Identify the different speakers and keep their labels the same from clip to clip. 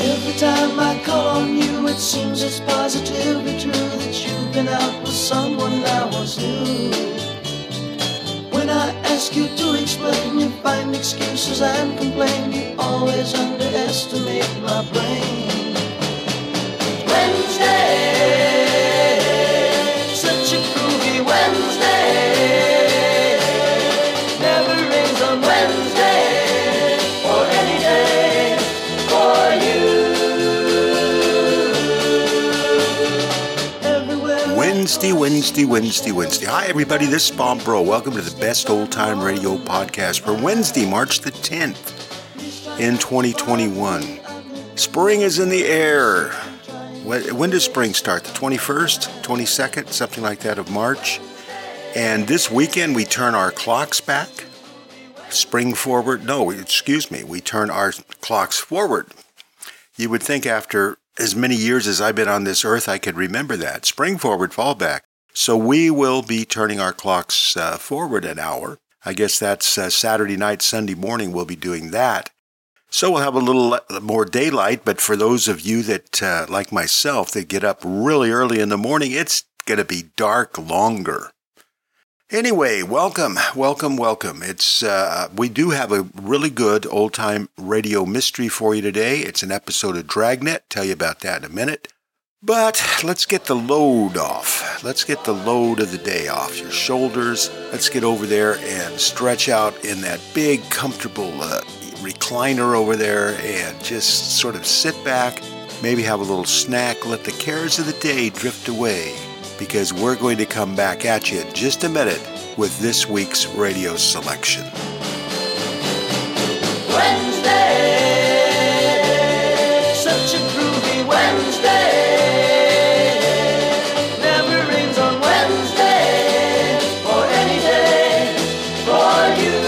Speaker 1: Every time I call on you, it seems it's positively true that you've been out with someone I once knew. When I ask you to explain, you find excuses and complain. You always underestimate my brain. Wednesday, such a groovy Wednesday. Never rains on Wednesday or any day for you. Everywhere.
Speaker 2: Wednesday, Wednesday, Wednesday, Wednesday. Hi, everybody. This is Bob Bro. Welcome to the Best Old Time Radio Podcast for Wednesday, March the 10th in 2021. Spring is in the air. When, when does spring start? The 21st, 22nd, something like that of March. And this weekend, we turn our clocks back. Spring forward. No, excuse me. We turn our clocks forward you would think after as many years as I've been on this earth, I could remember that. Spring forward, fall back. So we will be turning our clocks uh, forward an hour. I guess that's uh, Saturday night, Sunday morning, we'll be doing that. So we'll have a little le- more daylight, but for those of you that, uh, like myself, that get up really early in the morning, it's going to be dark longer. Anyway, welcome, welcome, welcome. It's uh, we do have a really good old time radio mystery for you today. It's an episode of Dragnet. Tell you about that in a minute. But let's get the load off. Let's get the load of the day off your shoulders. Let's get over there and stretch out in that big, comfortable uh, recliner over there and just sort of sit back, maybe have a little snack, let the cares of the day drift away because we're going to come back at you in just a minute with this week's radio selection.
Speaker 1: Wednesday, such a groovy Wednesday. Never rains on Wednesday or any day for you.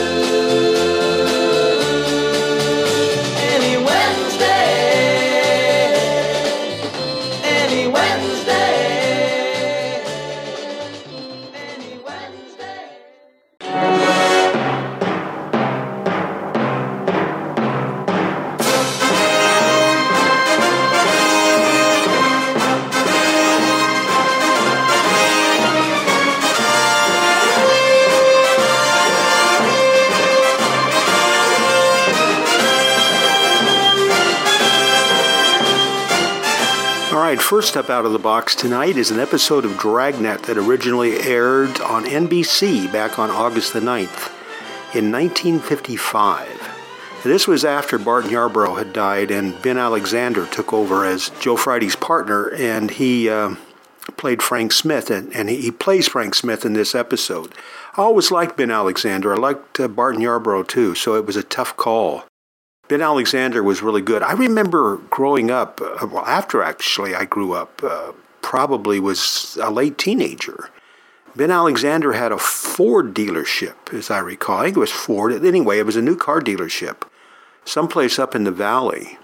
Speaker 1: Any Wednesday, any Wednesday, any Wednesday.
Speaker 2: All right, first up out of the box tonight is an episode of Dragnet that originally aired on NBC back on August the 9th in 1955. This was after Barton Yarborough had died and Ben Alexander took over as Joe Friday's partner, and he uh, played Frank Smith, and, and he, he plays Frank Smith in this episode. I always liked Ben Alexander. I liked uh, Barton Yarborough too, so it was a tough call. Ben Alexander was really good. I remember growing up, uh, well, after actually I grew up, uh, probably was a late teenager. Ben Alexander had a Ford dealership, as I recall. I think it was Ford. Anyway, it was a new car dealership, someplace up in the valley.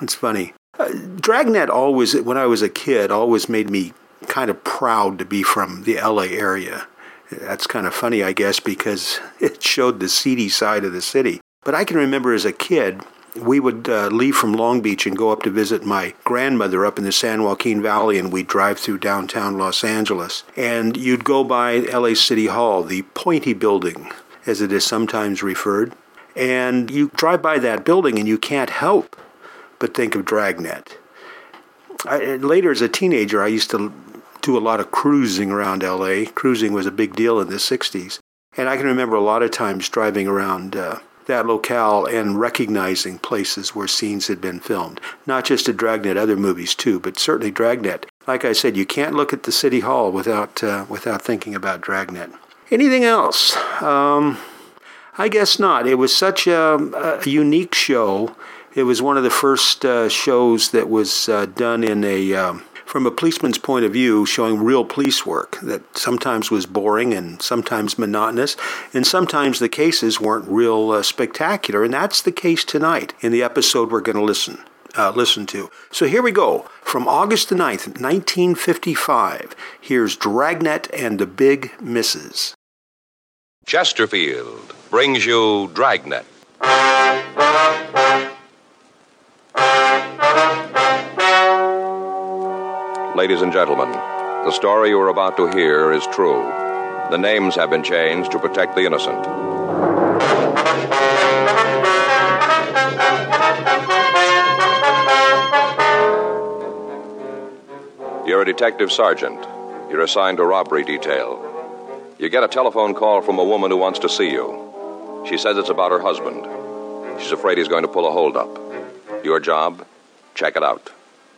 Speaker 2: It's funny. Uh, Dragnet always, when I was a kid, always made me kind of proud to be from the LA area. That's kind of funny, I guess, because it showed the seedy side of the city. But I can remember as a kid, we would uh, leave from Long Beach and go up to visit my grandmother up in the San Joaquin Valley, and we'd drive through downtown Los Angeles. And you'd go by LA City Hall, the pointy building, as it is sometimes referred. And you drive by that building, and you can't help but think of Dragnet. I, and later, as a teenager, I used to do a lot of cruising around LA. Cruising was a big deal in the 60s. And I can remember a lot of times driving around uh, that locale and recognizing places where scenes had been filmed. Not just at Dragnet, other movies too, but certainly Dragnet. Like I said, you can't look at the City Hall without, uh, without thinking about Dragnet. Anything else? Um, I guess not. It was such a, a unique show. It was one of the first uh, shows that was uh, done in a um, from a policeman's point of view, showing real police work that sometimes was boring and sometimes monotonous, and sometimes the cases weren't real uh, spectacular. And that's the case tonight in the episode we're going to listen. Uh, listen to. So here we go. From August the 9th, 1955, here's Dragnet and the Big Misses.
Speaker 3: Chesterfield brings you Dragnet. Ladies and gentlemen, the story you are about to hear is true. The names have been changed to protect the innocent. You're a detective sergeant. You're assigned to robbery detail. You get a telephone call from a woman who wants to see you. She says it's about her husband. She's afraid he's going to pull a holdup. Your job? Check it out.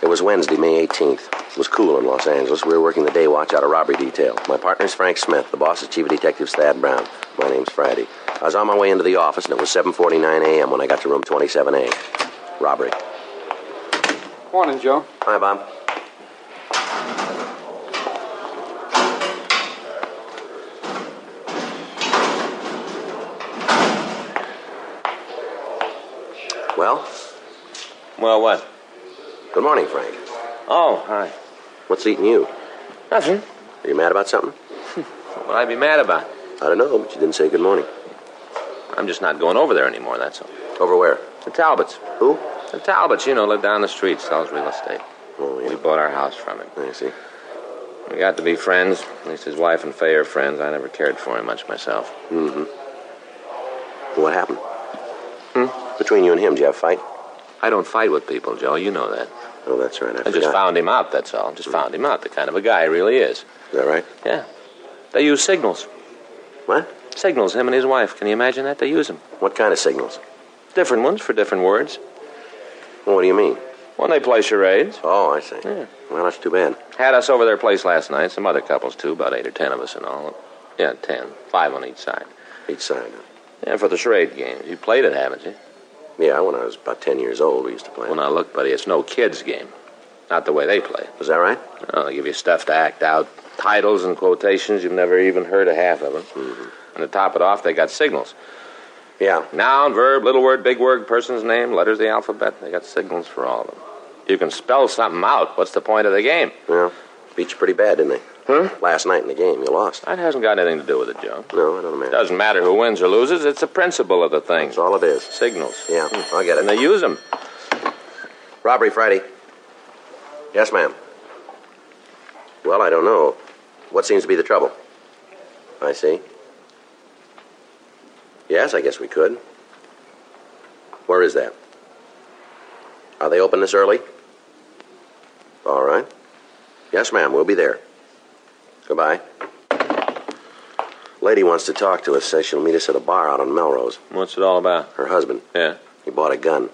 Speaker 4: It was Wednesday, May 18th. It was cool in Los Angeles. We were working the day watch out of robbery detail. My partner's Frank Smith. The boss is Chief of Detectives Thad Brown. My name's Friday. I was on my way into the office, and it was 7.49 a.m. when I got to room 27A. Robbery.
Speaker 5: Morning, Joe.
Speaker 4: Hi, Bob. Well,
Speaker 6: Well, what?
Speaker 4: good morning, Frank.
Speaker 6: Oh, hi.
Speaker 4: What's eating you?
Speaker 6: Nothing.
Speaker 4: Are you mad about something?
Speaker 6: What would I be mad about?
Speaker 4: I don't know, but you didn't say good morning.
Speaker 6: I'm just not going over there anymore, that's all.
Speaker 4: Over where?
Speaker 6: The Talbots.
Speaker 4: Who?
Speaker 6: The Talbots, you know, live down the street, sells real estate.
Speaker 4: Oh,
Speaker 6: We
Speaker 4: yeah.
Speaker 6: bought our house from him.
Speaker 4: I see.
Speaker 6: We got to be friends. At least his wife and Fay are friends. I never cared for him much myself.
Speaker 4: What happened? Hmm? Between you and him, did you have a fight?
Speaker 6: I don't fight with people, Joe. You know that.
Speaker 4: Oh, that's right. I,
Speaker 6: I just
Speaker 4: forgot.
Speaker 6: found him out, that's all. Just found him out. The kind of a guy he really is.
Speaker 4: Is that right?
Speaker 6: Yeah. They use signals.
Speaker 4: What?
Speaker 6: Signals, him and his wife. Can you imagine that? They use them.
Speaker 4: What kind of signals?
Speaker 6: Different ones for different words.
Speaker 4: Well, what do you mean?
Speaker 6: When they play charades.
Speaker 4: Oh, I see.
Speaker 6: Yeah.
Speaker 4: Well, that's too bad.
Speaker 6: Had us over their place last night. Some other couples too, about eight or ten of us in all. Yeah, ten, five on each side.
Speaker 4: Each side.
Speaker 6: Yeah, for the charade games. You played it, haven't you?
Speaker 4: Yeah, when I was about 10 years old, we used to play.
Speaker 6: Well, now look, buddy, it's no kids' game. Not the way they play.
Speaker 4: Was that right?
Speaker 6: Oh, they give you stuff to act out, titles and quotations you've never even heard a half of them. And to top it off, they got signals:
Speaker 4: Yeah.
Speaker 6: noun, verb, little word, big word, person's name, letters of the alphabet. They got signals for all of them. You can spell something out. What's the point of the game?
Speaker 4: Well, beat you pretty bad, didn't they?
Speaker 6: Huh?
Speaker 4: Last night in the game, you lost.
Speaker 6: That hasn't got anything to do with it, Joe.
Speaker 4: No, I don't
Speaker 6: It
Speaker 4: imagine.
Speaker 6: doesn't matter who wins or loses. It's the principle of the thing.
Speaker 4: That's all it is.
Speaker 6: Signals.
Speaker 4: Yeah, I get
Speaker 6: And
Speaker 4: it.
Speaker 6: they use them.
Speaker 4: Robbery Friday. Yes, ma'am. Well, I don't know. What seems to be the trouble? I see. Yes, I guess we could. Where is that? Are they open this early? All right. Yes, ma'am, we'll be there. Goodbye. Lady wants to talk to us, says she'll meet us at a bar out on Melrose.
Speaker 6: What's it all about?
Speaker 4: Her husband.
Speaker 6: Yeah.
Speaker 4: He bought a gun.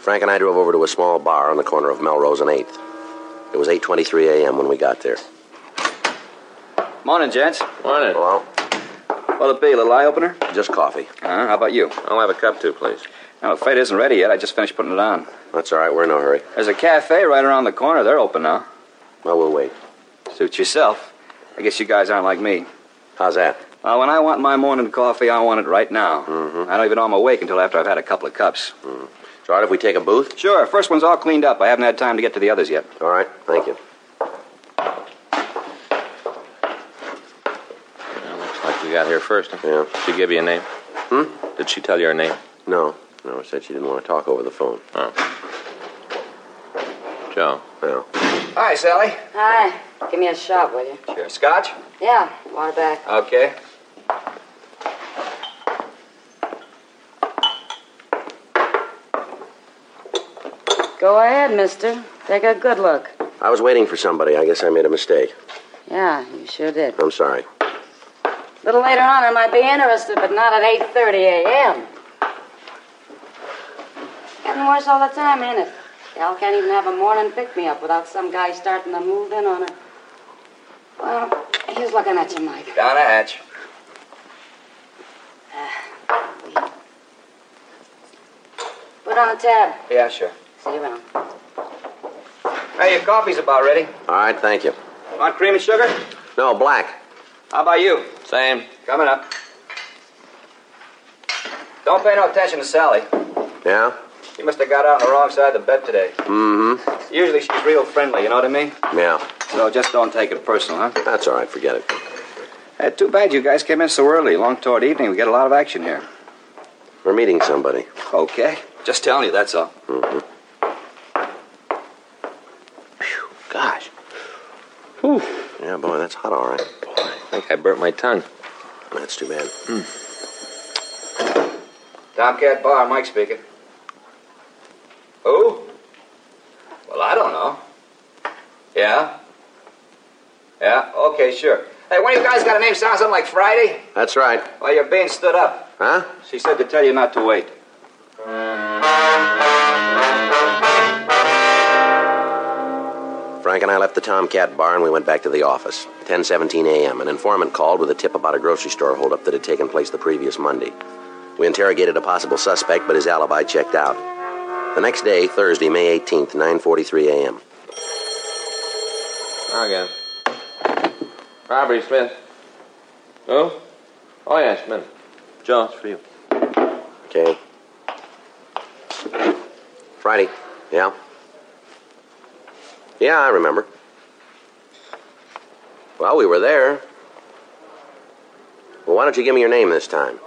Speaker 4: Frank and I drove over to a small bar on the corner of Melrose and 8th. It was 8:23 a.m. when we got there.
Speaker 5: Morning, gents.
Speaker 6: Morning.
Speaker 4: Hello?
Speaker 5: What'll it be, a little eye opener?
Speaker 4: Just coffee.
Speaker 5: Uh, how about you?
Speaker 6: I'll have a cup too, please.
Speaker 5: I'm afraid it isn't ready yet. I just finished putting it on.
Speaker 4: That's all right. We're in no hurry.
Speaker 5: There's a cafe right around the corner. They're open now.
Speaker 4: Well, we'll wait.
Speaker 5: Suit yourself. I guess you guys aren't like me.
Speaker 4: How's that?
Speaker 5: Uh, when I want my morning coffee, I want it right now.
Speaker 7: Mm-hmm.
Speaker 5: I don't even know I'm awake until after I've had a couple of cups.
Speaker 4: It's all right if we take a booth?
Speaker 5: Sure, first one's all cleaned up. I haven't had time to get to the others yet.
Speaker 4: All right. Thank you.
Speaker 6: Looks like we got here first. Huh?
Speaker 4: Yeah.
Speaker 6: Did she give you a name? Hmm? Did she tell you her name?
Speaker 4: No. No, said she didn't want to talk over the phone.
Speaker 6: Joe.
Speaker 4: Well,
Speaker 5: Hi, Sally.
Speaker 8: Hi. Give me a shot, will you?
Speaker 5: Sure. Scotch?
Speaker 8: Yeah, water back.
Speaker 5: Okay.
Speaker 8: Go ahead, mister. Take a good look.
Speaker 4: I was waiting for somebody. I guess I made a mistake.
Speaker 8: Yeah, you sure did.
Speaker 4: I'm sorry.
Speaker 8: A little later on, I might be interested, but not at 8.30 a.m. Getting worse all the time, ain't it? Gal can't even have a morning pick-me-up without some guy starting to move in on her. Well, here's looking at you, Mike.
Speaker 7: Down a hatch.
Speaker 8: Ah, Put on a tab.
Speaker 7: Yeah, sure.
Speaker 8: See you around.
Speaker 7: Hey, your coffee's about ready.
Speaker 4: All right, thank you.
Speaker 7: Want cream and sugar?
Speaker 4: No, black.
Speaker 7: How about you? Same. Coming up. Don't pay no attention to Sally.
Speaker 4: Yeah?
Speaker 7: She must have got out on the wrong side of the bed today. Mm-hmm. Usually she's real friendly, you know what I mean?
Speaker 4: Yeah.
Speaker 7: So just don't take it personal, huh?
Speaker 4: That's all right. Forget it.
Speaker 7: Hey, too bad you guys came in so early. Long toward evening, we get a lot of action here.
Speaker 4: We're meeting somebody.
Speaker 7: Okay. Just telling you, that's all.
Speaker 4: Gosh. Whew. Yeah, boy, that's hot, all right.
Speaker 6: I think I burnt my tongue.
Speaker 4: That's too bad.
Speaker 7: Tomcat Bar, Mike speaking. Who? Well, I don't know. Yeah? Yeah, okay, sure. Hey, one of you guys got a name sound something like Friday?
Speaker 4: That's right.
Speaker 7: Well, you're being stood up.
Speaker 4: Huh?
Speaker 7: She said to tell you not to wait.
Speaker 4: Frank and I left the Tomcat bar and we went back to the office. 10:17 a.m. An informant called with a tip about a grocery store holdup that had taken place the previous Monday. We interrogated a possible suspect, but his alibi checked out. The next day, Thursday, May 18th, 9:43 a.m.
Speaker 6: Now again. Robbery, Smith. Who? Oh, yeah, Smith. Joe, it's for you.
Speaker 4: Okay. Friday. Yeah. Yeah, I remember. Well, we were there. Well, why don't you give me your name this time?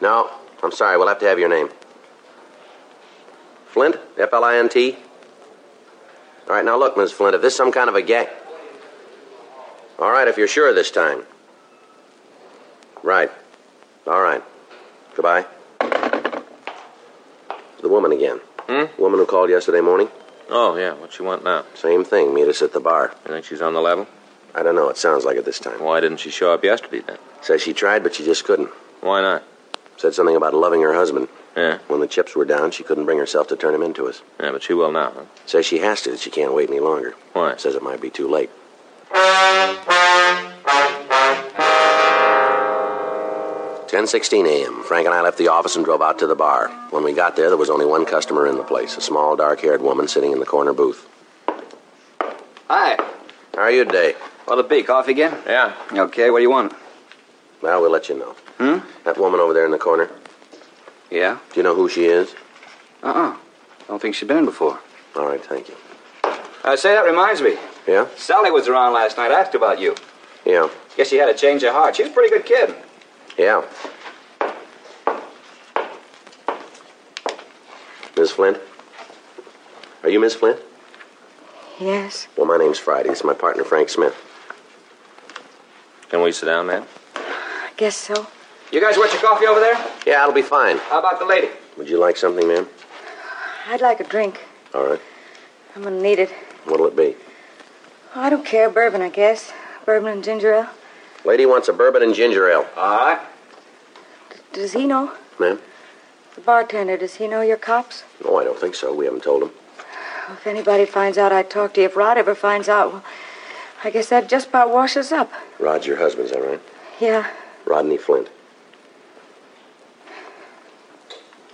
Speaker 4: No, I'm sorry. We'll have to have your name. Flint? F L I N T? All right, now look, Miss Flint, if this is some kind of a gang. All right, if you're sure this time. Right. All right. Goodbye. The woman again.
Speaker 6: Hmm?
Speaker 4: Woman who called yesterday morning.
Speaker 6: Oh, yeah. What you want now?
Speaker 4: Same thing. Meet us at the bar.
Speaker 6: You think she's on the level?
Speaker 4: I don't know. It sounds like it this time.
Speaker 6: Why didn't she show up yesterday then?
Speaker 4: Says she tried, but she just couldn't.
Speaker 6: Why not?
Speaker 4: Said something about loving her husband.
Speaker 6: Yeah.
Speaker 4: When the chips were down, she couldn't bring herself to turn him into us.
Speaker 6: Yeah, but she will now, huh?
Speaker 4: Says she has to. She can't wait any longer.
Speaker 6: Why?
Speaker 4: Says it might be too late. Ten sixteen a.m. Frank and I left the office and drove out to the bar. When we got there, there was only one customer in the place—a small, dark-haired woman sitting in the corner booth.
Speaker 7: Hi.
Speaker 4: How are you today?
Speaker 7: Well, it be coffee again?
Speaker 6: Yeah.
Speaker 7: Okay, what do you want?
Speaker 4: Well, we'll let you know. Hmm? That woman over there in the corner. Do
Speaker 7: Yeah?
Speaker 4: you know who she is?
Speaker 7: Uh-uh. Don't think she's been in before.
Speaker 4: All right, thank you.
Speaker 7: Uh, say, that reminds me.
Speaker 4: Yeah,
Speaker 7: Sally was around last night. asked about you.
Speaker 4: yeah,
Speaker 7: Guess she had a change of heart. She was a pretty good kid.
Speaker 4: yeah. Miss Flint, are you Miss Flint?
Speaker 8: Yes?
Speaker 4: Well, my name's Friday. It's my partner Frank Smith.
Speaker 6: Can we sit down, man?
Speaker 8: I guess so.
Speaker 7: You guys want your coffee over there?
Speaker 4: Yeah, it'll be fine.
Speaker 7: How about the lady?
Speaker 4: Would you like something, ma'am?
Speaker 8: I'd like a drink.
Speaker 4: All right.
Speaker 8: I'm gonna need it.
Speaker 4: What'll it be?
Speaker 8: Oh, I don't care. Bourbon, I guess. Bourbon and ginger ale.
Speaker 4: Lady wants a bourbon and ginger ale,
Speaker 7: All right.
Speaker 8: Does he know?
Speaker 4: ma'am.
Speaker 8: The bartender, does he know your cops?
Speaker 4: No, I don't think so. We haven't told him.
Speaker 8: If anybody finds out I talked to you, if Rod ever finds out, well, I guess that just about washes up.
Speaker 4: Rod's your husband, is that right?
Speaker 8: Yeah.
Speaker 4: Rodney Flint.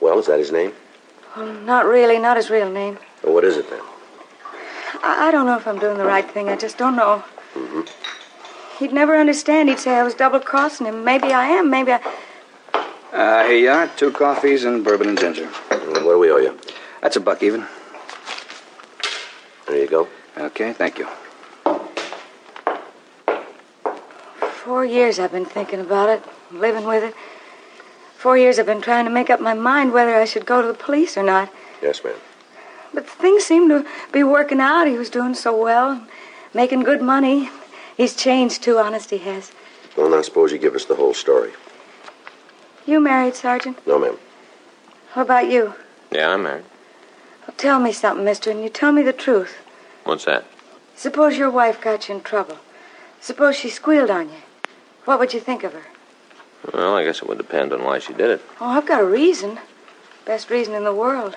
Speaker 4: Well, is that his name?
Speaker 8: Well, not really, not his real name.
Speaker 4: Well, what is it then?
Speaker 8: I, I don't know if I'm doing the right thing. I just don't know.
Speaker 4: Mm-hmm.
Speaker 8: He'd never understand. He'd say I was double crossing him. Maybe I am. Maybe I.
Speaker 7: Uh, here you are. Two coffees and bourbon and ginger.
Speaker 4: And Mm, What do we owe you?
Speaker 7: That's a buck even.
Speaker 4: There you go.
Speaker 7: Okay, thank you.
Speaker 8: Four years I've been thinking about it, living with it. Four years I've been trying to make up my mind whether I should go to the police or not.
Speaker 4: Yes, ma'am.
Speaker 8: But things seemed to be working out. He was doing so well, making good money. He's changed too, honest he has.
Speaker 4: Well, now suppose you give us the whole story.
Speaker 8: You married, Sergeant?
Speaker 4: No, ma'am.
Speaker 8: What about you?
Speaker 6: Yeah, I'm married.
Speaker 8: Well, tell me something, mister, and you tell me the truth.
Speaker 6: What's that?
Speaker 8: Suppose your wife got you in trouble. Suppose she squealed on you. What would you think of her?
Speaker 6: Well, I guess it would depend on why she did it.
Speaker 8: Oh, I've got a reason. Best reason in the world.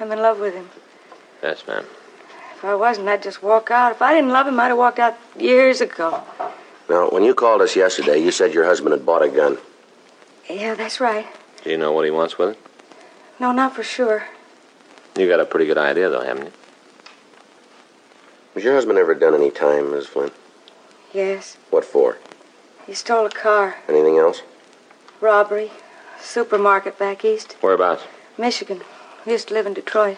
Speaker 8: I'm in love with him.
Speaker 6: Yes, ma'am.
Speaker 8: If I wasn't, I'd just walk out. If I didn't love him, I'd have walked out years ago.
Speaker 4: Now, when you called us yesterday, you said your husband had bought a gun.
Speaker 8: Yeah, that's right.
Speaker 6: Do you know what he wants with it?
Speaker 8: No, not for sure.
Speaker 6: You got a pretty good idea, though, haven't you?
Speaker 4: Has your husband ever done any time, Miss Flynn?
Speaker 8: Yes.
Speaker 4: What for?
Speaker 8: He stole a car.
Speaker 4: Anything else?
Speaker 8: Robbery. Supermarket back east.
Speaker 6: Whereabouts?
Speaker 8: Michigan. He used to live in Detroit.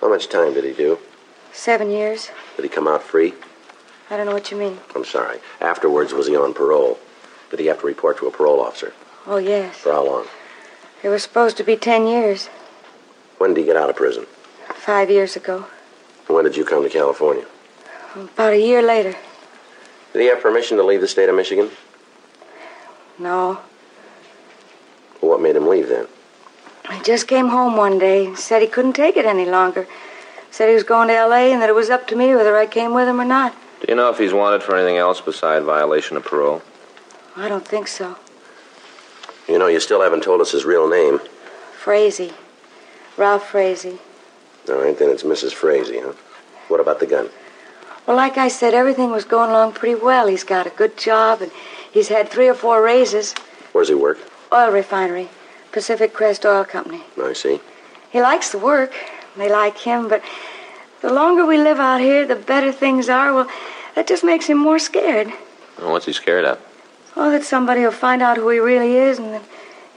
Speaker 4: How much time did he do?
Speaker 8: Seven years.
Speaker 4: Did he come out free?
Speaker 8: I don't know what you mean.
Speaker 4: I'm sorry. Afterwards, was he on parole? Did he have to report to a parole officer?
Speaker 8: Oh, yes.
Speaker 4: For how long?
Speaker 8: It was supposed to be ten years.
Speaker 4: When did he get out of prison?
Speaker 8: Five years ago.
Speaker 4: When did you come to California?
Speaker 8: About a year later.
Speaker 4: Did he have permission to leave the state of Michigan?
Speaker 8: No.
Speaker 4: Well, what made him leave then?
Speaker 8: He just came home one day and said he couldn't take it any longer. Said he was going to L.A. and that it was up to me whether I came with him or not.
Speaker 6: Do you know if he's wanted for anything else beside violation of parole?
Speaker 8: I don't think so.
Speaker 4: You know, you still haven't told us his real name.
Speaker 8: Frazee. Ralph Frazee.
Speaker 4: All right, then it's Mrs. Frazee, huh? What about the gun?
Speaker 8: Well, like I said, everything was going along pretty well. He's got a good job and he's had three or four raises.
Speaker 4: Where does he work?
Speaker 8: Oil refinery, Pacific Crest Oil Company.
Speaker 4: I see.
Speaker 8: He likes the work. They like him, but the longer we live out here, the better things are. Well, that just makes him more scared.
Speaker 6: Well, what's he scared of?
Speaker 8: Oh, that somebody will find out who he really is and then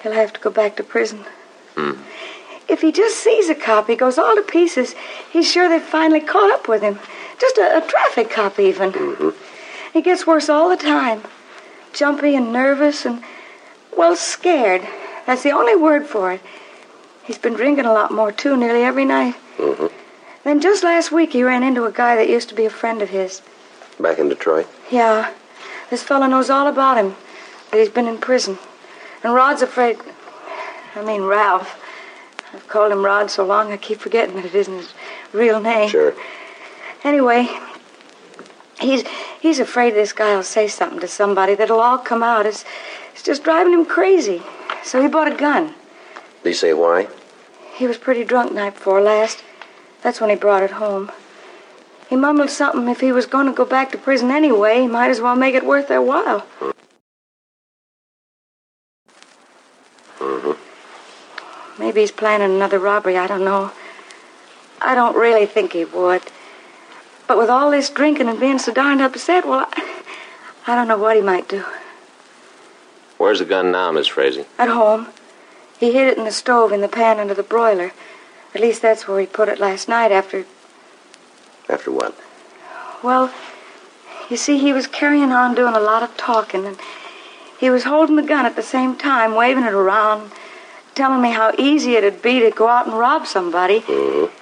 Speaker 8: he'll have to go back to prison.
Speaker 6: Hmm.
Speaker 8: If he just sees a cop, he goes all to pieces. He's sure they've finally caught up with him. Just a, a traffic cop, even. He gets worse all the time. Jumpy and nervous and, well, scared. That's the only word for it. He's been drinking a lot more, too, nearly every night.
Speaker 4: Mm-hmm.
Speaker 8: Then just last week, he ran into a guy that used to be a friend of his.
Speaker 4: Back in Detroit?
Speaker 8: Yeah. This fellow knows all about him. That he's been in prison. And Rod's afraid. I mean, Ralph. I've called him Rod so long I keep forgetting that it isn't his real name.
Speaker 4: Sure.
Speaker 8: Anyway, he's he's afraid this guy'll say something to somebody that'll all come out. It's it's just driving him crazy. So he bought a gun.
Speaker 4: Did he say why?
Speaker 8: He was pretty drunk night before last. That's when he brought it home. He mumbled something if he was going to go back to prison anyway, he might as well make it worth their while. Maybe he's planning another robbery, I don't know. I don't really think he would. But with all this drinking and being so darned upset, well, I, I don't know what he might do.
Speaker 6: Where's the gun now, Miss Frazee?
Speaker 8: At home. He hid it in the stove in the pan under the broiler. At least that's where he put it last night after
Speaker 4: After what?
Speaker 8: Well, you see, he was carrying on doing a lot of talking, and he was holding the gun at the same time, waving it around, telling me how easy it'd be to go out and rob somebody.
Speaker 4: Mm-hmm.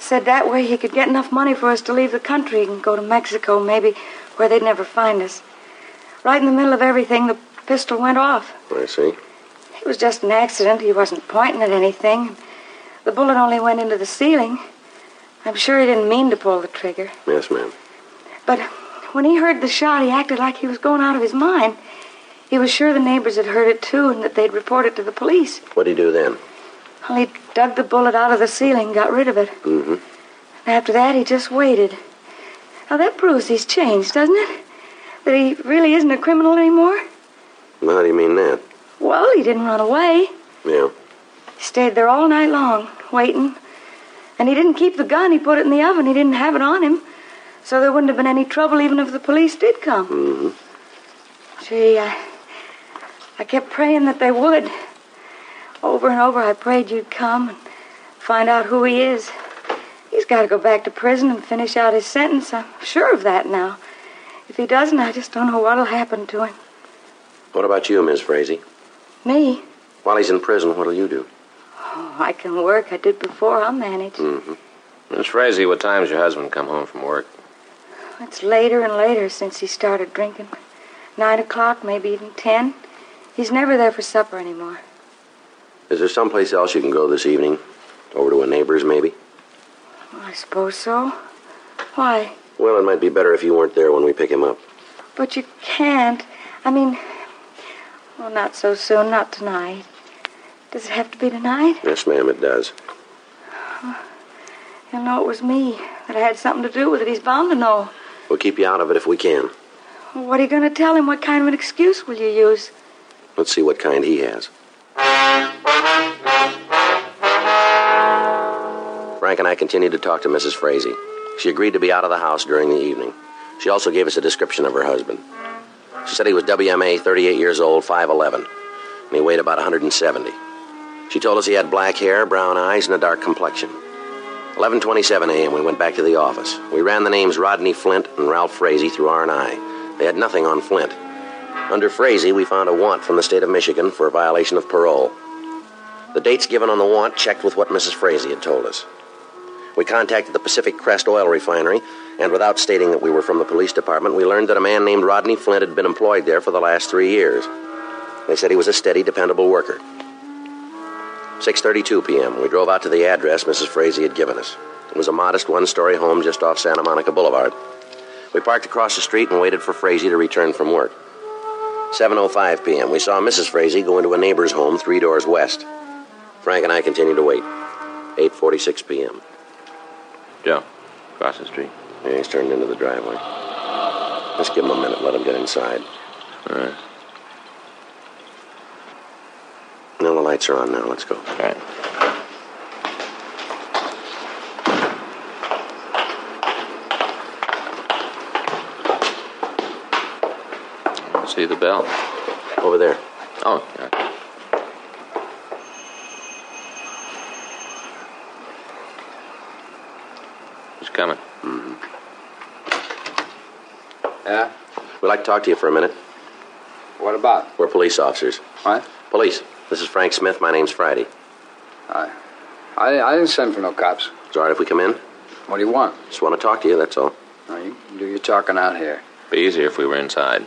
Speaker 8: Said that way he could get enough money for us to leave the country and go to Mexico, maybe, where they'd never find us. Right in the middle of everything, the pistol went off.
Speaker 4: I see.
Speaker 8: It was just an accident. He wasn't pointing at anything. The bullet only went into the ceiling. I'm sure he didn't mean to pull the trigger.
Speaker 4: Yes, ma'am.
Speaker 8: But when he heard the shot, he acted like he was going out of his mind. He was sure the neighbors had heard it too and that they'd report it to the police.
Speaker 4: What did he do then?
Speaker 8: Well, he dug the bullet out of the ceiling, got rid of it.
Speaker 4: Mm-hmm.
Speaker 8: And after that, he just waited. Now, that proves he's changed, doesn't it? That he really isn't a criminal anymore?
Speaker 4: Well, how do you mean that?
Speaker 8: Well, he didn't run away.
Speaker 4: Yeah.
Speaker 8: He stayed there all night long, waiting. And he didn't keep the gun, he put it in the oven. He didn't have it on him. So there wouldn't have been any trouble even if the police did come.
Speaker 4: Mm-hmm.
Speaker 8: Gee, I, I kept praying that they would. Over and over, I prayed you'd come and find out who he is. He's got to go back to prison and finish out his sentence. I'm sure of that now. If he doesn't, I just don't know what'll happen to him.
Speaker 4: What about you, Miss Frazee?
Speaker 8: Me?
Speaker 4: While he's in prison, what'll you do?
Speaker 8: Oh, I can work. I did before. I'll manage.
Speaker 4: Mm-hmm.
Speaker 6: Miss Frazee, what time's your husband come home from work?
Speaker 8: It's later and later since he started drinking. Nine o'clock, maybe even ten. He's never there for supper anymore.
Speaker 4: Is there someplace else you can go this evening? Over to a neighbor's, maybe?
Speaker 8: I suppose so. Why?
Speaker 4: Well, it might be better if you weren't there when we pick him up.
Speaker 8: But you can't. I mean, well, not so soon, not tonight. Does it have to be tonight?
Speaker 4: Yes, ma'am, it does.
Speaker 8: He'll know it was me, that I had something to do with it. He's bound to know.
Speaker 4: We'll keep you out of it if we can.
Speaker 8: What are you going to tell him? What kind of an excuse will you use?
Speaker 4: Let's see what kind he has. Frank and I continued to talk to Mrs. Frazee. She agreed to be out of the house during the evening. She also gave us a description of her husband. She said he was WMA, 38 years old, 5'11, and he weighed about 170. She told us he had black hair, brown eyes, and a dark complexion. 11:27 a.m. We went back to the office. We ran the names Rodney Flint and Ralph Frazee through R&I. They had nothing on Flint. Under Frazee, we found a want from the state of Michigan for a violation of parole. The dates given on the want checked with what Mrs. Frazee had told us. We contacted the Pacific Crest Oil Refinery, and without stating that we were from the police department, we learned that a man named Rodney Flint had been employed there for the last three years. They said he was a steady, dependable worker. 6:32 p.m. We drove out to the address Mrs. Frazee had given us. It was a modest one-story home just off Santa Monica Boulevard. We parked across the street and waited for Frazee to return from work. 7:05 p.m. We saw Mrs. Frazee go into a neighbor's home 3 doors west. Frank and I continued to wait. 8:46 p.m.
Speaker 6: Joe, across the street.
Speaker 4: Yeah, he's turned into the driveway. Let's give him a minute, let him get inside.
Speaker 6: All right.
Speaker 4: No, the lights are on now. Let's go.
Speaker 6: All right. I don't See the bell.
Speaker 4: Over there.
Speaker 6: Oh, yeah. Who's coming?
Speaker 5: Yeah?
Speaker 4: We'd like to talk to you for a minute.
Speaker 5: What about?
Speaker 4: We're police officers.
Speaker 5: What?
Speaker 4: Police. This is Frank Smith. My name's Friday.
Speaker 5: I, I, I didn't send for no cops.
Speaker 4: It's all right if we come in?
Speaker 5: What do you want?
Speaker 4: Just want to talk to you, that's all.
Speaker 5: Now, you do your talking out here.
Speaker 6: Be easier if we were inside.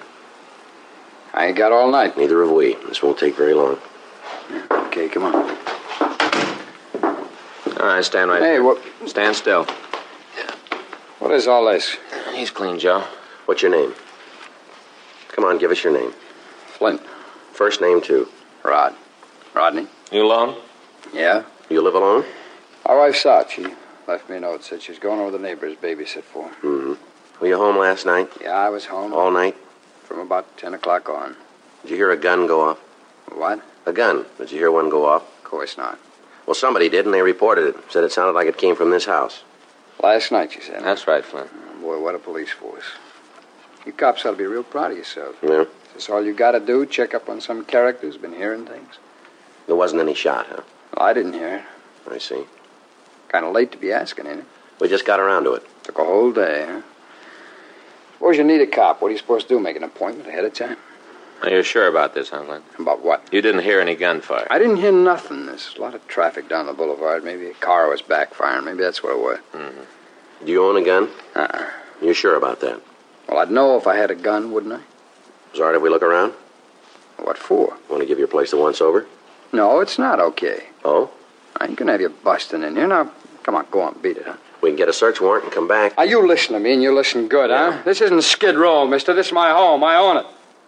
Speaker 5: I ain't got all night.
Speaker 4: Neither have we. This won't take very long.
Speaker 5: Okay, come on.
Speaker 6: All right, stand right.
Speaker 5: Hey, what,
Speaker 6: Stand still.
Speaker 5: what is all this?
Speaker 6: He's clean, Joe.
Speaker 4: What's your name? Come on, give us your name.
Speaker 5: Flint.
Speaker 4: First name, too.
Speaker 5: Rod. Rodney?
Speaker 6: You alone?
Speaker 5: Yeah?
Speaker 4: You live alone?
Speaker 5: My wife's out. She left me a note, said she's going over to the neighbor's to babysit for. her.
Speaker 4: Mm-hmm. Were you home last night?
Speaker 5: Yeah, I was home
Speaker 4: All night?
Speaker 5: from about 10 o'clock on.
Speaker 4: Did you hear a gun go off?
Speaker 5: What?
Speaker 4: A gun. Did you hear one go off?
Speaker 5: Of course not.
Speaker 4: Well, somebody did, and they reported it. Said it sounded like it came from this house.
Speaker 5: Last night, she said.
Speaker 6: That's right, Flint.
Speaker 5: Boy, what a police force. You cops ought to be real proud of yourselves.
Speaker 4: Yeah?
Speaker 5: That's all you got to do, check up on some character who's been hearing things.
Speaker 4: There wasn't any shot, huh?
Speaker 5: Well, I didn't hear.
Speaker 4: I see.
Speaker 5: Kind of late to be asking, ain't it?
Speaker 4: We just got around to it.
Speaker 5: Took a whole day, huh? Suppose you need a cop. What are you supposed to do? Make an appointment ahead of time?
Speaker 6: Now, you're sure about this, huh, Flint?
Speaker 5: About what?
Speaker 6: You didn't hear any gunfire.
Speaker 5: I didn't hear nothing. There's a lot of traffic down the boulevard. Maybe a car was backfiring. Maybe that's what it was.
Speaker 4: Do you own a gun?
Speaker 5: Uh-uh.
Speaker 4: You're sure about that?
Speaker 5: Well, I'd know if I had a gun, wouldn't I?
Speaker 4: Is it all right if we look around?
Speaker 5: What for?
Speaker 4: Want to give your place a once over?
Speaker 5: No, it's not okay.
Speaker 4: Oh?
Speaker 5: I ain't gonna have you busting in here. Now, come on, go on, beat it, huh?
Speaker 4: We can get a search warrant and come back.
Speaker 5: Now, you listen to me, and you listen good, huh? This isn't Skid Row, mister. This is my home. I own it.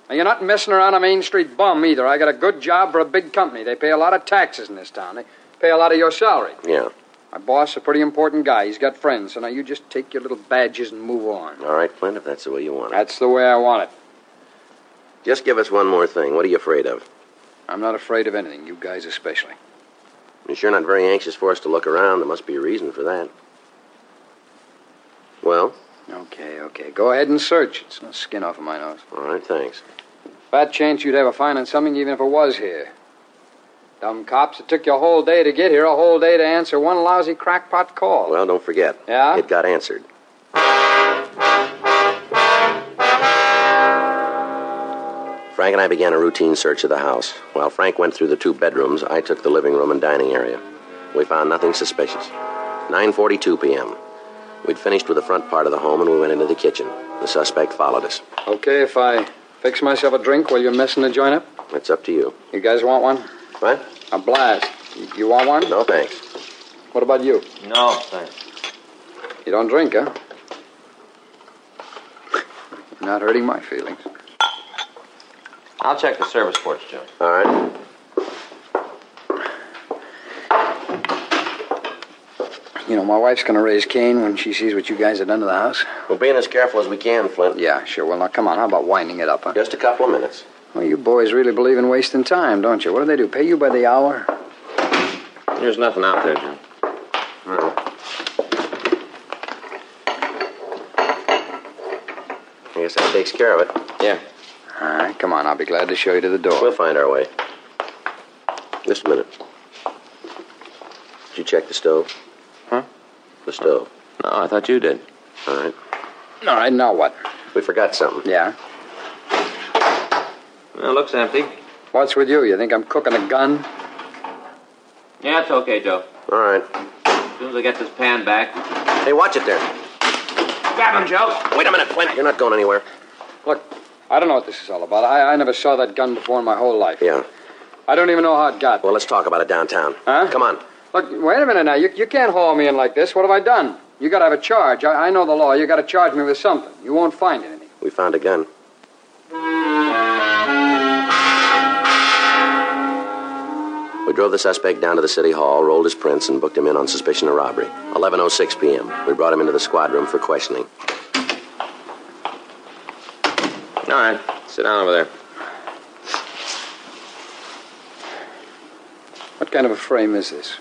Speaker 5: And you're not messing around a Main Street bum either. I got a good job for a big company. They pay a lot of taxes in this town. They pay a lot of your salary.
Speaker 4: Yeah.
Speaker 5: My boss is a pretty important guy. He's got friends. So now you just take your little badges and move on.
Speaker 4: All right, Flint, if that's the way you want it.
Speaker 5: That's the way I want it.
Speaker 4: Just give us one more thing. What are you afraid of?
Speaker 5: I'm not afraid of anything, you guys especially.
Speaker 4: You're sure not very anxious for us to look around. There must be a reason for that. Well,
Speaker 5: Okay, okay. Go ahead and search. It's no skin off of my nose.
Speaker 4: all right, thanks.
Speaker 5: Fat chance you'd have a fine on something even if it was here. Dumb cops, it took you a whole day to get here, a whole day to answer one lousy crackpot call.
Speaker 4: Well, don't forget.
Speaker 5: Yeah?
Speaker 4: It got answered. Frank and I began a routine search of the house. While Frank went through the two bedrooms, I took the living room and dining area. We found nothing suspicious. 9:42 p.m. We'd finished with the front part of the home and we went into the kitchen. The suspect followed us.
Speaker 5: Okay, if I fix myself a drink while you're messing the joint up?
Speaker 4: It's up to you.
Speaker 5: You guys want one?
Speaker 4: What?
Speaker 5: A blast. You- You want one?
Speaker 4: No, thanks.
Speaker 5: What about you?
Speaker 6: No, thanks.
Speaker 5: You don't drink, huh? You're not hurting my feelings.
Speaker 6: I'll check the service ports, Joe.
Speaker 4: All right.
Speaker 5: You know, my wife's going to raise Cain when she sees what you guys have done to the house.
Speaker 4: We're being as careful as we can, Flint.
Speaker 5: Yeah, sure. Well, now, come on. How about winding it up, huh?
Speaker 4: Just a couple of minutes.
Speaker 5: Well, you boys really believe in wasting time, don't you? What do they do? Pay you by the hour?
Speaker 6: There's nothing out there, Joe.
Speaker 4: Hmm. I guess that takes care of it.
Speaker 6: Yeah.
Speaker 5: All right, come on. I'll be glad to show you to the door.
Speaker 4: We'll find our way. Just a minute. Did you check the stove?
Speaker 6: Huh?
Speaker 4: The stove.
Speaker 6: No, I thought you did.
Speaker 4: All right.
Speaker 5: All right, now what?
Speaker 4: We forgot something.
Speaker 5: Yeah.
Speaker 6: Well, it looks empty.
Speaker 5: What's with you? You think I'm cooking a gun?
Speaker 6: Yeah, it's okay, Joe.
Speaker 4: All right.
Speaker 6: As soon as I get this pan back.
Speaker 4: Hey, watch it there.
Speaker 6: Grab him, Joe.
Speaker 4: Wait a minute, Flint. You're not going anywhere.
Speaker 5: Look, I don't know what this is all about. I, I never saw that gun before in my whole life.
Speaker 4: Yeah.
Speaker 5: I don't even know how it got.
Speaker 4: Well, let's talk about it downtown.
Speaker 5: Huh?
Speaker 4: Come on.
Speaker 5: Look, wait a minute now. You, you can't haul me in like this. What have I done? You gotta have a charge. I, I know the law. You gotta charge me with something. You won't find anything.
Speaker 4: We found a gun. We drove the suspect down to the city hall, rolled his prints, and booked him in on suspicion of robbery. 11:06 p.m. We brought him into the squad room for questioning.
Speaker 6: All right. Sit down over there.
Speaker 5: What kind of a frame is this?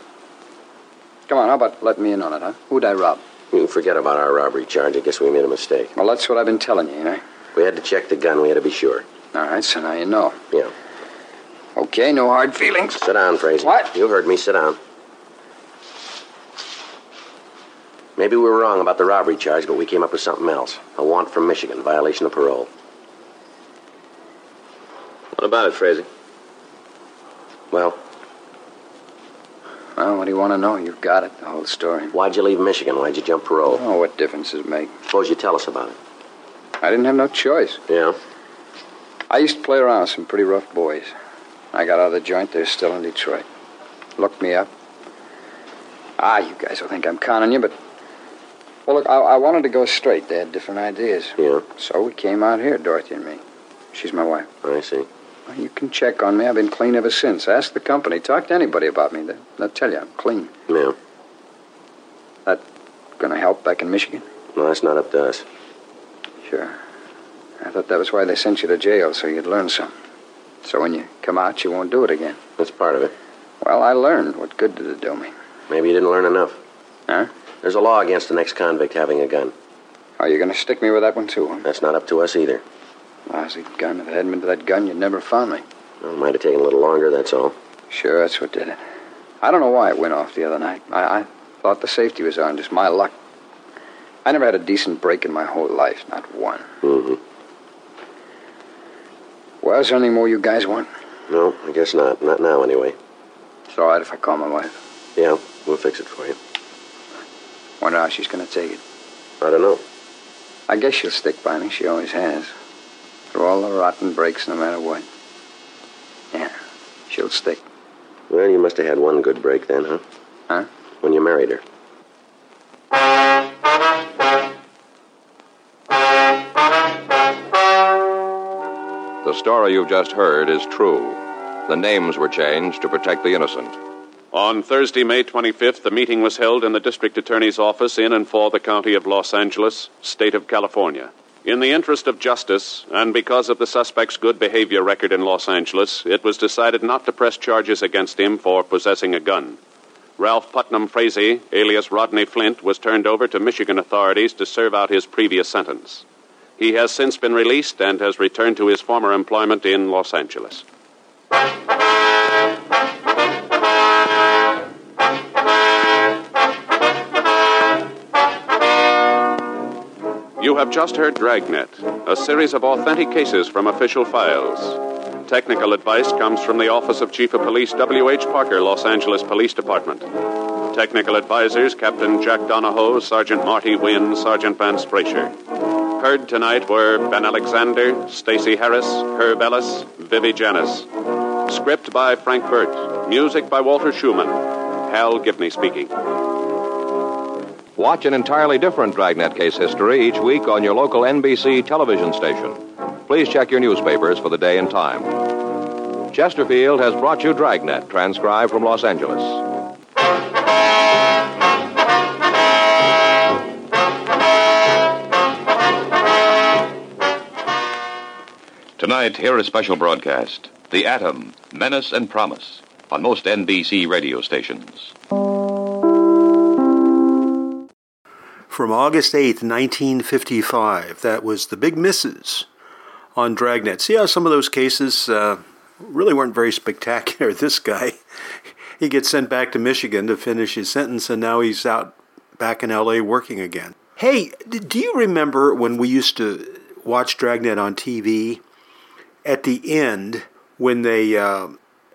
Speaker 5: Come on, how about let me in on it, huh? Who'd I rob?
Speaker 4: You can forget about our robbery charge. I guess we made a mistake.
Speaker 5: Well, that's what I've been telling you, ain't I?
Speaker 4: We had to check the gun. We had to be sure.
Speaker 5: All right, so now you know.
Speaker 4: Yeah.
Speaker 5: Okay, no hard feelings.
Speaker 4: Sit down, Fraser.
Speaker 5: What?
Speaker 4: You heard me. Sit down. Maybe we were wrong about the robbery charge, but we came up with something else. A want from Michigan, violation of parole.
Speaker 6: What about it, Frazee?
Speaker 4: Well,
Speaker 5: Well, what do you want to know? You've got it, the whole story.
Speaker 4: why'd you leave Michigan? Why'd you jump parole?
Speaker 5: Oh, what difference does it make?
Speaker 4: Suppose you tell us about it.
Speaker 5: I didn't have no choice.
Speaker 4: Yeah.
Speaker 5: I used to play around with some pretty rough boys. I got out of the joint. They're still in Detroit. Looked me up. Ah, you guys will think I'm conning you, but well, look, I, I wanted to go straight. They had different ideas,
Speaker 4: Yeah.
Speaker 5: so we came out here, Dorothy and me. She's my wife.
Speaker 4: I see.
Speaker 5: Well, you can check on me. I've been clean ever since. Ask the company. Talk to anybody about me. They'll, they'll tell you I'm clean.
Speaker 4: Yeah.
Speaker 5: Gonna help back in Michigan?
Speaker 4: No, that's not up to us.
Speaker 5: Sure. I thought that was why they sent you to jail, so you'd learn something. So when you come out, you won't do it again.
Speaker 4: That's part of it.
Speaker 5: Well, I learned. What good did it do me?
Speaker 4: Maybe you didn't learn enough.
Speaker 5: Huh?
Speaker 4: There's a law against an ex-convict having a gun.
Speaker 5: Are you going to stick me with that one, too? Huh?
Speaker 4: That's not up to us either.
Speaker 5: Lousy gun. If it hadn't been for that gun, you'd never found me.
Speaker 4: Well, it might have taken a little longer, that's all.
Speaker 5: Sure, that's what did it. I don't know why it went off the other night. I, I thought the safety was on, just my luck. I never had a decent break in my whole life, not one.
Speaker 4: hmm
Speaker 5: Well, is there any more you guys want?
Speaker 4: No, I guess not. Not now, anyway.
Speaker 5: It's all right if I call my wife.
Speaker 4: Yeah, we'll fix it for you.
Speaker 5: Wonder how she's going to take it.
Speaker 4: I don't know.
Speaker 5: I guess she'll stick by me. She always has. Through all the rotten breaks, no matter what. Yeah, she'll stick.
Speaker 4: Well, you must have had one good break then, huh?
Speaker 5: Huh?
Speaker 4: When you married her.
Speaker 3: The story you've just heard is true. The names were changed to protect the innocent.
Speaker 9: On Thursday, May 25th, the meeting was held in the district attorney's office in and for the county of Los Angeles, state of California. In the interest of justice, and because of the suspect's good behavior record in Los Angeles, it was decided not to press charges against him for possessing a gun. Ralph Putnam Frazee, alias Rodney Flint, was turned over to Michigan authorities to serve out his previous sentence. He has since been released and has returned to his former employment in Los Angeles. You have just heard Dragnet, a series of authentic cases from official files. Technical advice comes from the Office of Chief of Police W.H. Parker, Los Angeles Police Department. Technical advisors Captain Jack Donahoe, Sergeant Marty Wynn, Sergeant Vance Frazier. Heard tonight were Ben Alexander, Stacy Harris, Herb Ellis, Vivi Janis. Script by Frank Burt. Music by Walter Schumann. Hal Gibney speaking.
Speaker 3: Watch an entirely different Dragnet case history each week on your local NBC television station. Please check your newspapers for the day and time. Chesterfield has brought you Dragnet, transcribed from Los Angeles.
Speaker 10: Tonight, here is special broadcast The Atom, Menace and Promise on most NBC radio stations.
Speaker 2: From August 8th, 1955, that was The Big Misses on Dragnet. See how some of those cases uh, really weren't very spectacular. This guy, he gets sent back to Michigan to finish his sentence, and now he's out back in LA working again. Hey, d- do you remember when we used to watch Dragnet on TV? At the end, when they uh,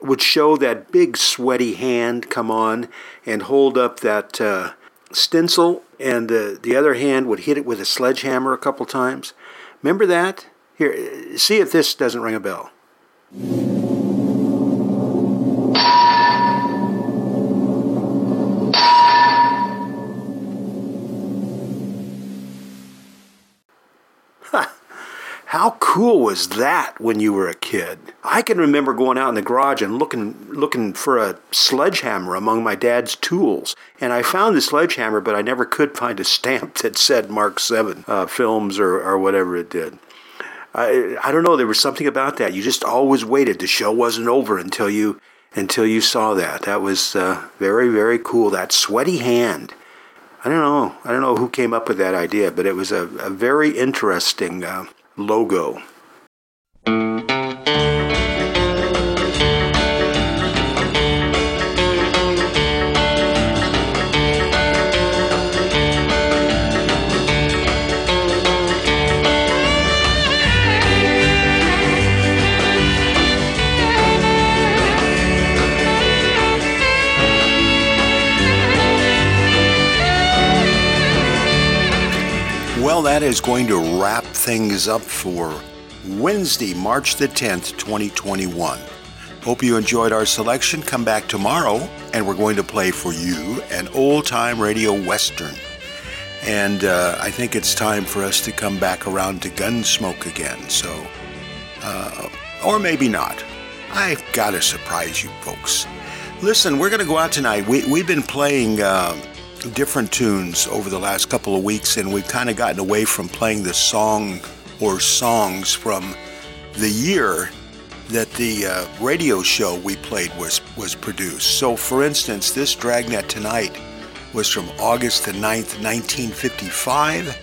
Speaker 2: would show that big sweaty hand come on and hold up that uh, stencil, and the, the other hand would hit it with a sledgehammer a couple times. Remember that? Here, see if this doesn't ring a bell. How cool was that when you were a kid? I can remember going out in the garage and looking looking for a sledgehammer among my dad's tools, and I found the sledgehammer, but I never could find a stamp that said Mark Seven uh, Films or, or whatever it did. I I don't know. There was something about that. You just always waited. The show wasn't over until you until you saw that. That was uh, very very cool. That sweaty hand. I don't know. I don't know who came up with that idea, but it was a, a very interesting uh, logo. Well, that is going to wrap things up for Wednesday, March the 10th, 2021. Hope you enjoyed our selection. Come back tomorrow, and we're going to play for you an old time radio western. And uh, I think it's time for us to come back around to Gunsmoke again. So, uh, or maybe not. I've got to surprise you folks. Listen, we're going to go out tonight. We, we've been playing uh, different tunes over the last couple of weeks, and we've kind of gotten away from playing the song or songs from the year that the uh, radio show we played was, was produced. So, for instance, this Dragnet Tonight was from August the 9th, 1955.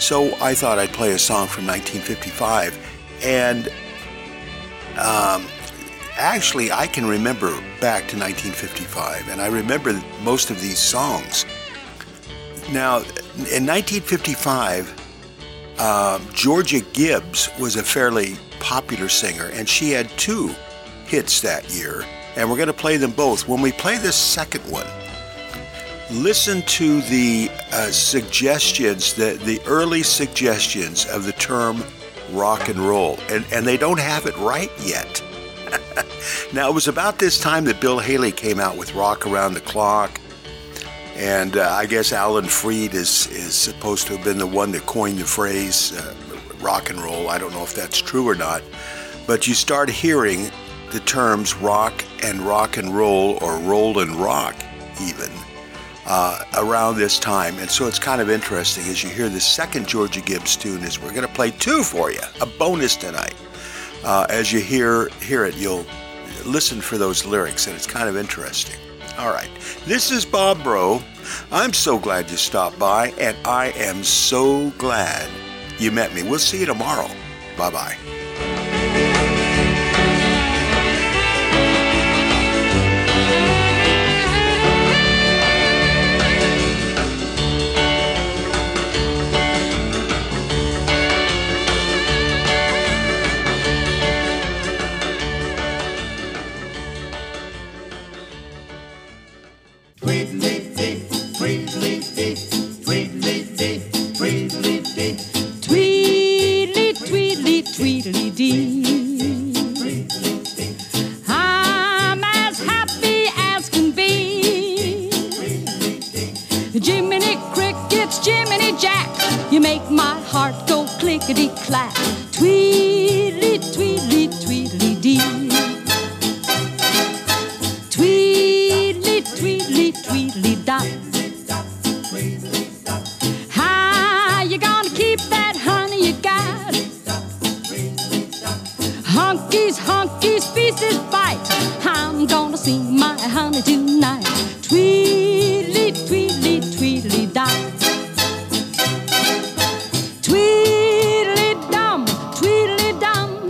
Speaker 2: So, I thought I'd play a song from 1955. And um, actually, I can remember back to 1955, and I remember most of these songs. Now, in 1955, uh, Georgia Gibbs was a fairly popular singer, and she had two hits that year, and we're going to play them both. When we play this second one, listen to the uh, suggestions, the, the early suggestions of the term rock and roll, and, and they don't have it right yet. Now, it was about this time that Bill Haley came out with Rock Around the Clock. And uh, I guess Alan Freed is, is supposed to have been the one that coined the phrase uh, rock and roll. I don't know if that's true or not. But you start hearing the terms rock and rock and roll or roll and rock, even, uh, around this time. And so it's kind of interesting as you hear the second Georgia Gibbs tune is we're going to play two for you, a bonus tonight. Uh, as you hear, hear it, you'll listen for those lyrics, and it's kind of interesting. All right. This is Bob Bro. I'm so glad you stopped by, and I am so glad you met me. We'll see you tomorrow. Bye bye.
Speaker 11: Tweedly, tweedly, tweedly dee. I'm as happy as can be. Jiminy Crick, clickety clack, tweedly tweedly tweedly dee. Tweedly tweedly tweedly dot. How you gonna keep that honey you got? Hunkies, hunkies, feces bite. I'm gonna see my honey tonight. Tweedly, tweedly, tweedly dot. Tweedly dum, tweedly dum.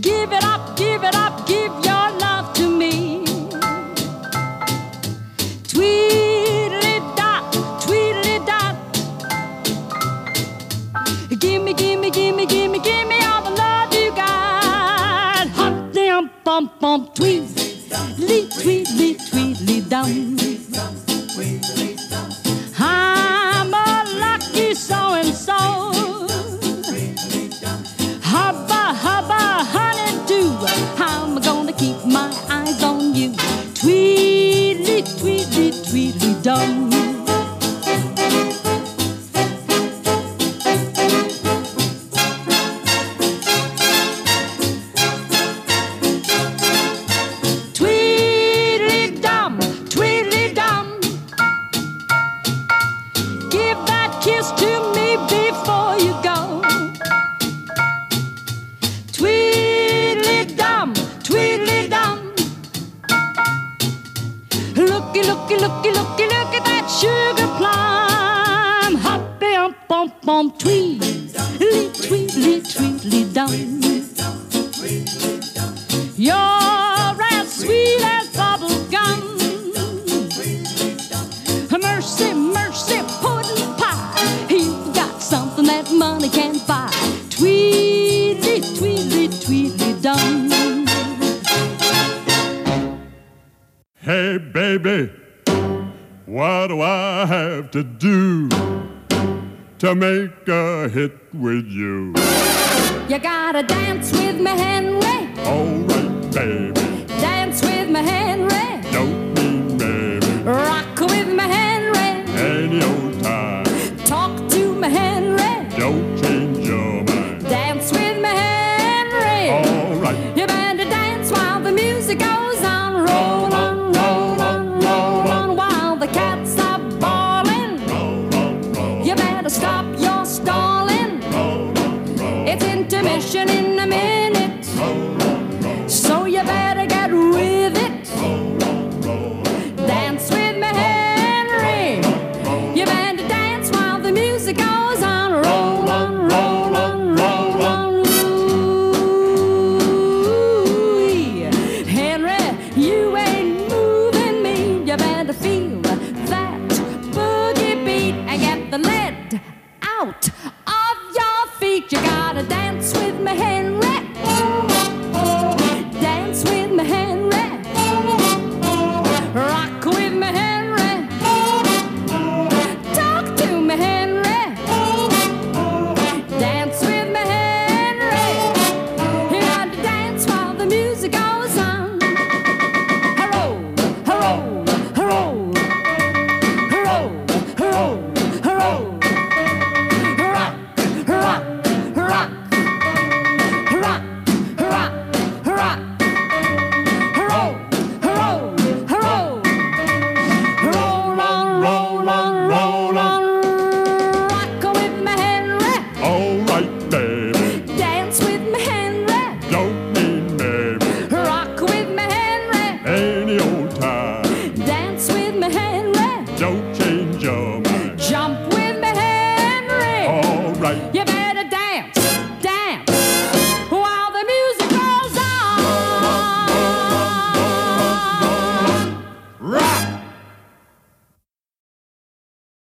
Speaker 11: Give it up, give it up, give your love to me. Tweedly dot, tweedly dot. Gimme, gimme, gimme, gimme, gimme all the love you got. Hop, dam, bump, bump, tweet, leet, tweet, leet, tweet, leet, dum. I'm a lucky so and so. Hubba, hubba, honeydew. I'm gonna keep my eyes on you. Tweedly, tweedly, tweedly, dum. Tweedly dum, tweedly dum. Give that kiss to me before you go. Tweedly dum, tweedly dum. Looky, looky, looky, looky, look at that sugar plum. Hoppy, um, bum, bum, tweedly, tweedly, tweedly dum. You're as sweet as bubble gum. Mercy, mercy, pudding pie. You've got something that money can't buy. Tweedly, tweedly, tweedly dum.
Speaker 12: Hey, baby, what do I have to do to make a hit with you?
Speaker 11: You gotta dance with me, Henry.
Speaker 12: All right, baby,
Speaker 11: Dance with me, Henry.
Speaker 12: don't mean baby,
Speaker 11: Rock with me, Henry.
Speaker 12: any old time.
Speaker 11: Talk to me, Henry.
Speaker 12: Don't change your mind.
Speaker 11: Dance with me, Henry.
Speaker 12: All right,
Speaker 11: You better dance while the music goes on. Roll on, roll on, roll on while the cats are bawling.
Speaker 12: roll on, roll,
Speaker 11: You better stop your stalling.
Speaker 12: roll on, roll,
Speaker 11: It's intermission in a minute.
Speaker 12: roll on, roll,
Speaker 11: So you better get with it.
Speaker 12: roll on, roll,
Speaker 11: Dance with me, Henry. You better dance while the music goes on. Roll on, roll on, roll on. Ooh, Henry, you ain't moving me. You better feel that boogie beat and get the lead out of your feet. You gotta dance with me, Henry. Dance with me, Henry. Rock with me, Henry. Talk to me, Henry. Dance with me, Henry. You got to dance while the music goes on. Hurrow, hurrow, hurrow, hurrow, hurrow, hurrow. Rock, rock, rock, rock, rock, rock. Hurrow, hurrow, hurrow. Roll on, roll on, roll on. Rock with me, Henry.
Speaker 12: all right, baby,
Speaker 11: Dance with me, Henry.
Speaker 12: don't mean baby,
Speaker 11: Rock with me, Henry.
Speaker 12: any old time.
Speaker 11: Dance with me, Henry.
Speaker 12: Don't change your mind.
Speaker 11: Jump with me, Henry.
Speaker 12: All right,
Speaker 11: You better